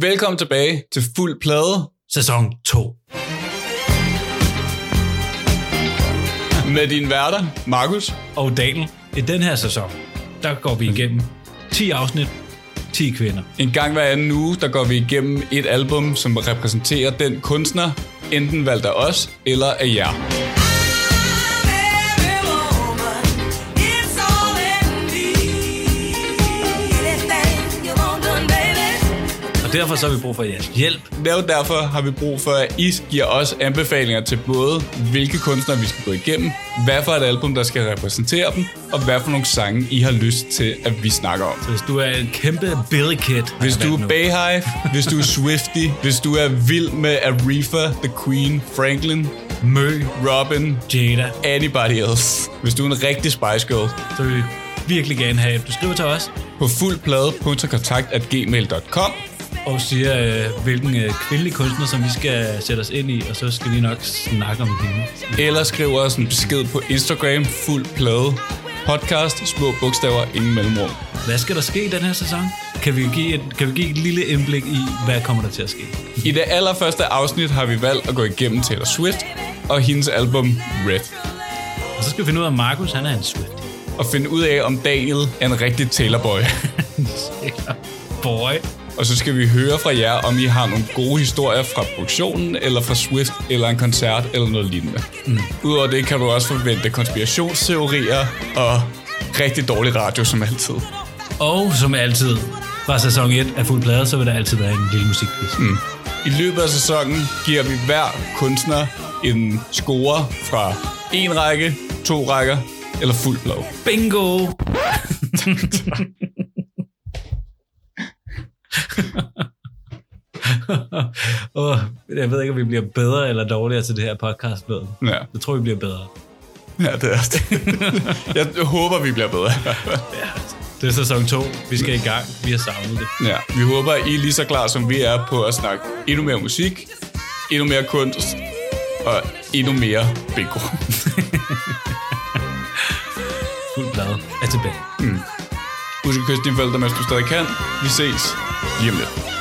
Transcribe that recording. Velkommen tilbage til Fuld Plade Sæson 2. med dine værter, Markus. Og Daniel, i den her sæson, der går vi igennem 10 afsnit, 10 kvinder. En gang hver anden uge, der går vi igennem et album, som repræsenterer den kunstner, enten valgt af os eller af jer. Og derfor så har vi brug for jeres hjælp. Det er jo derfor, har vi brug for, at I giver os anbefalinger til både, hvilke kunstnere vi skal gå igennem, hvad for et album, der skal repræsentere dem, og hvad for nogle sange, I har lyst til, at vi snakker om. Hvis du er en kæmpe Billy Kid. Hvis du er Bayhive, hvis du er Swifty, hvis du er vild med Aretha, The Queen, Franklin, Mø, Robin, Jada, anybody else. Hvis du er en rigtig Spice Girl, så vil vi virkelig gerne have, at du skriver til os på fuldplade.kontakt.gmail.com. og siger, øh, hvilken øh, kvindelig kunstner, som vi skal sætte os ind i, og så skal vi nok snakke om hende. Eller skriv os en besked på Instagram, fuldplade, podcast, små bogstaver, ingen mellemrum. Hvad skal der ske i den her sæson? Kan vi give et, kan vi give et lille indblik i, hvad kommer der til at ske? I det allerførste afsnit har vi valgt at gå igennem Taylor Swift og hendes album Red. Og så skal vi finde ud af, at Markus, han er en Swift. Og finde ud af, om Daniel er en rigtig Taylor-boy. Boy. Og så skal vi høre fra jer, om I har nogle gode historier fra produktionen, eller fra Swift, eller en koncert, eller noget lignende. Mm. Udover det kan du også forvente konspirationsteorier og rigtig dårlig radio som altid. Og som altid, fra sæson 1 af Fuld Plade, så vil der altid være en lille musikquiz. Mm. I løbet af sæsonen giver vi hver kunstner en score fra en række, to rækker eller fuld blå. Bingo! oh, jeg ved ikke, om vi bliver bedre eller dårligere til det her podcast. ved. Ja, Jeg tror, vi bliver bedre. ja det er også det. Jeg håber, vi bliver bedre. Det er sæson 2. Vi skal i gang. Vi har savnet det. Ja, vi håber, I er lige så klar, som vi er på at snakke endnu mere musik, endnu mere kunst og endnu mere bingo. Fuld Plade er tilbage. Husk at kysse dine forældre, mens du stadig kan. Vi ses lige om lidt.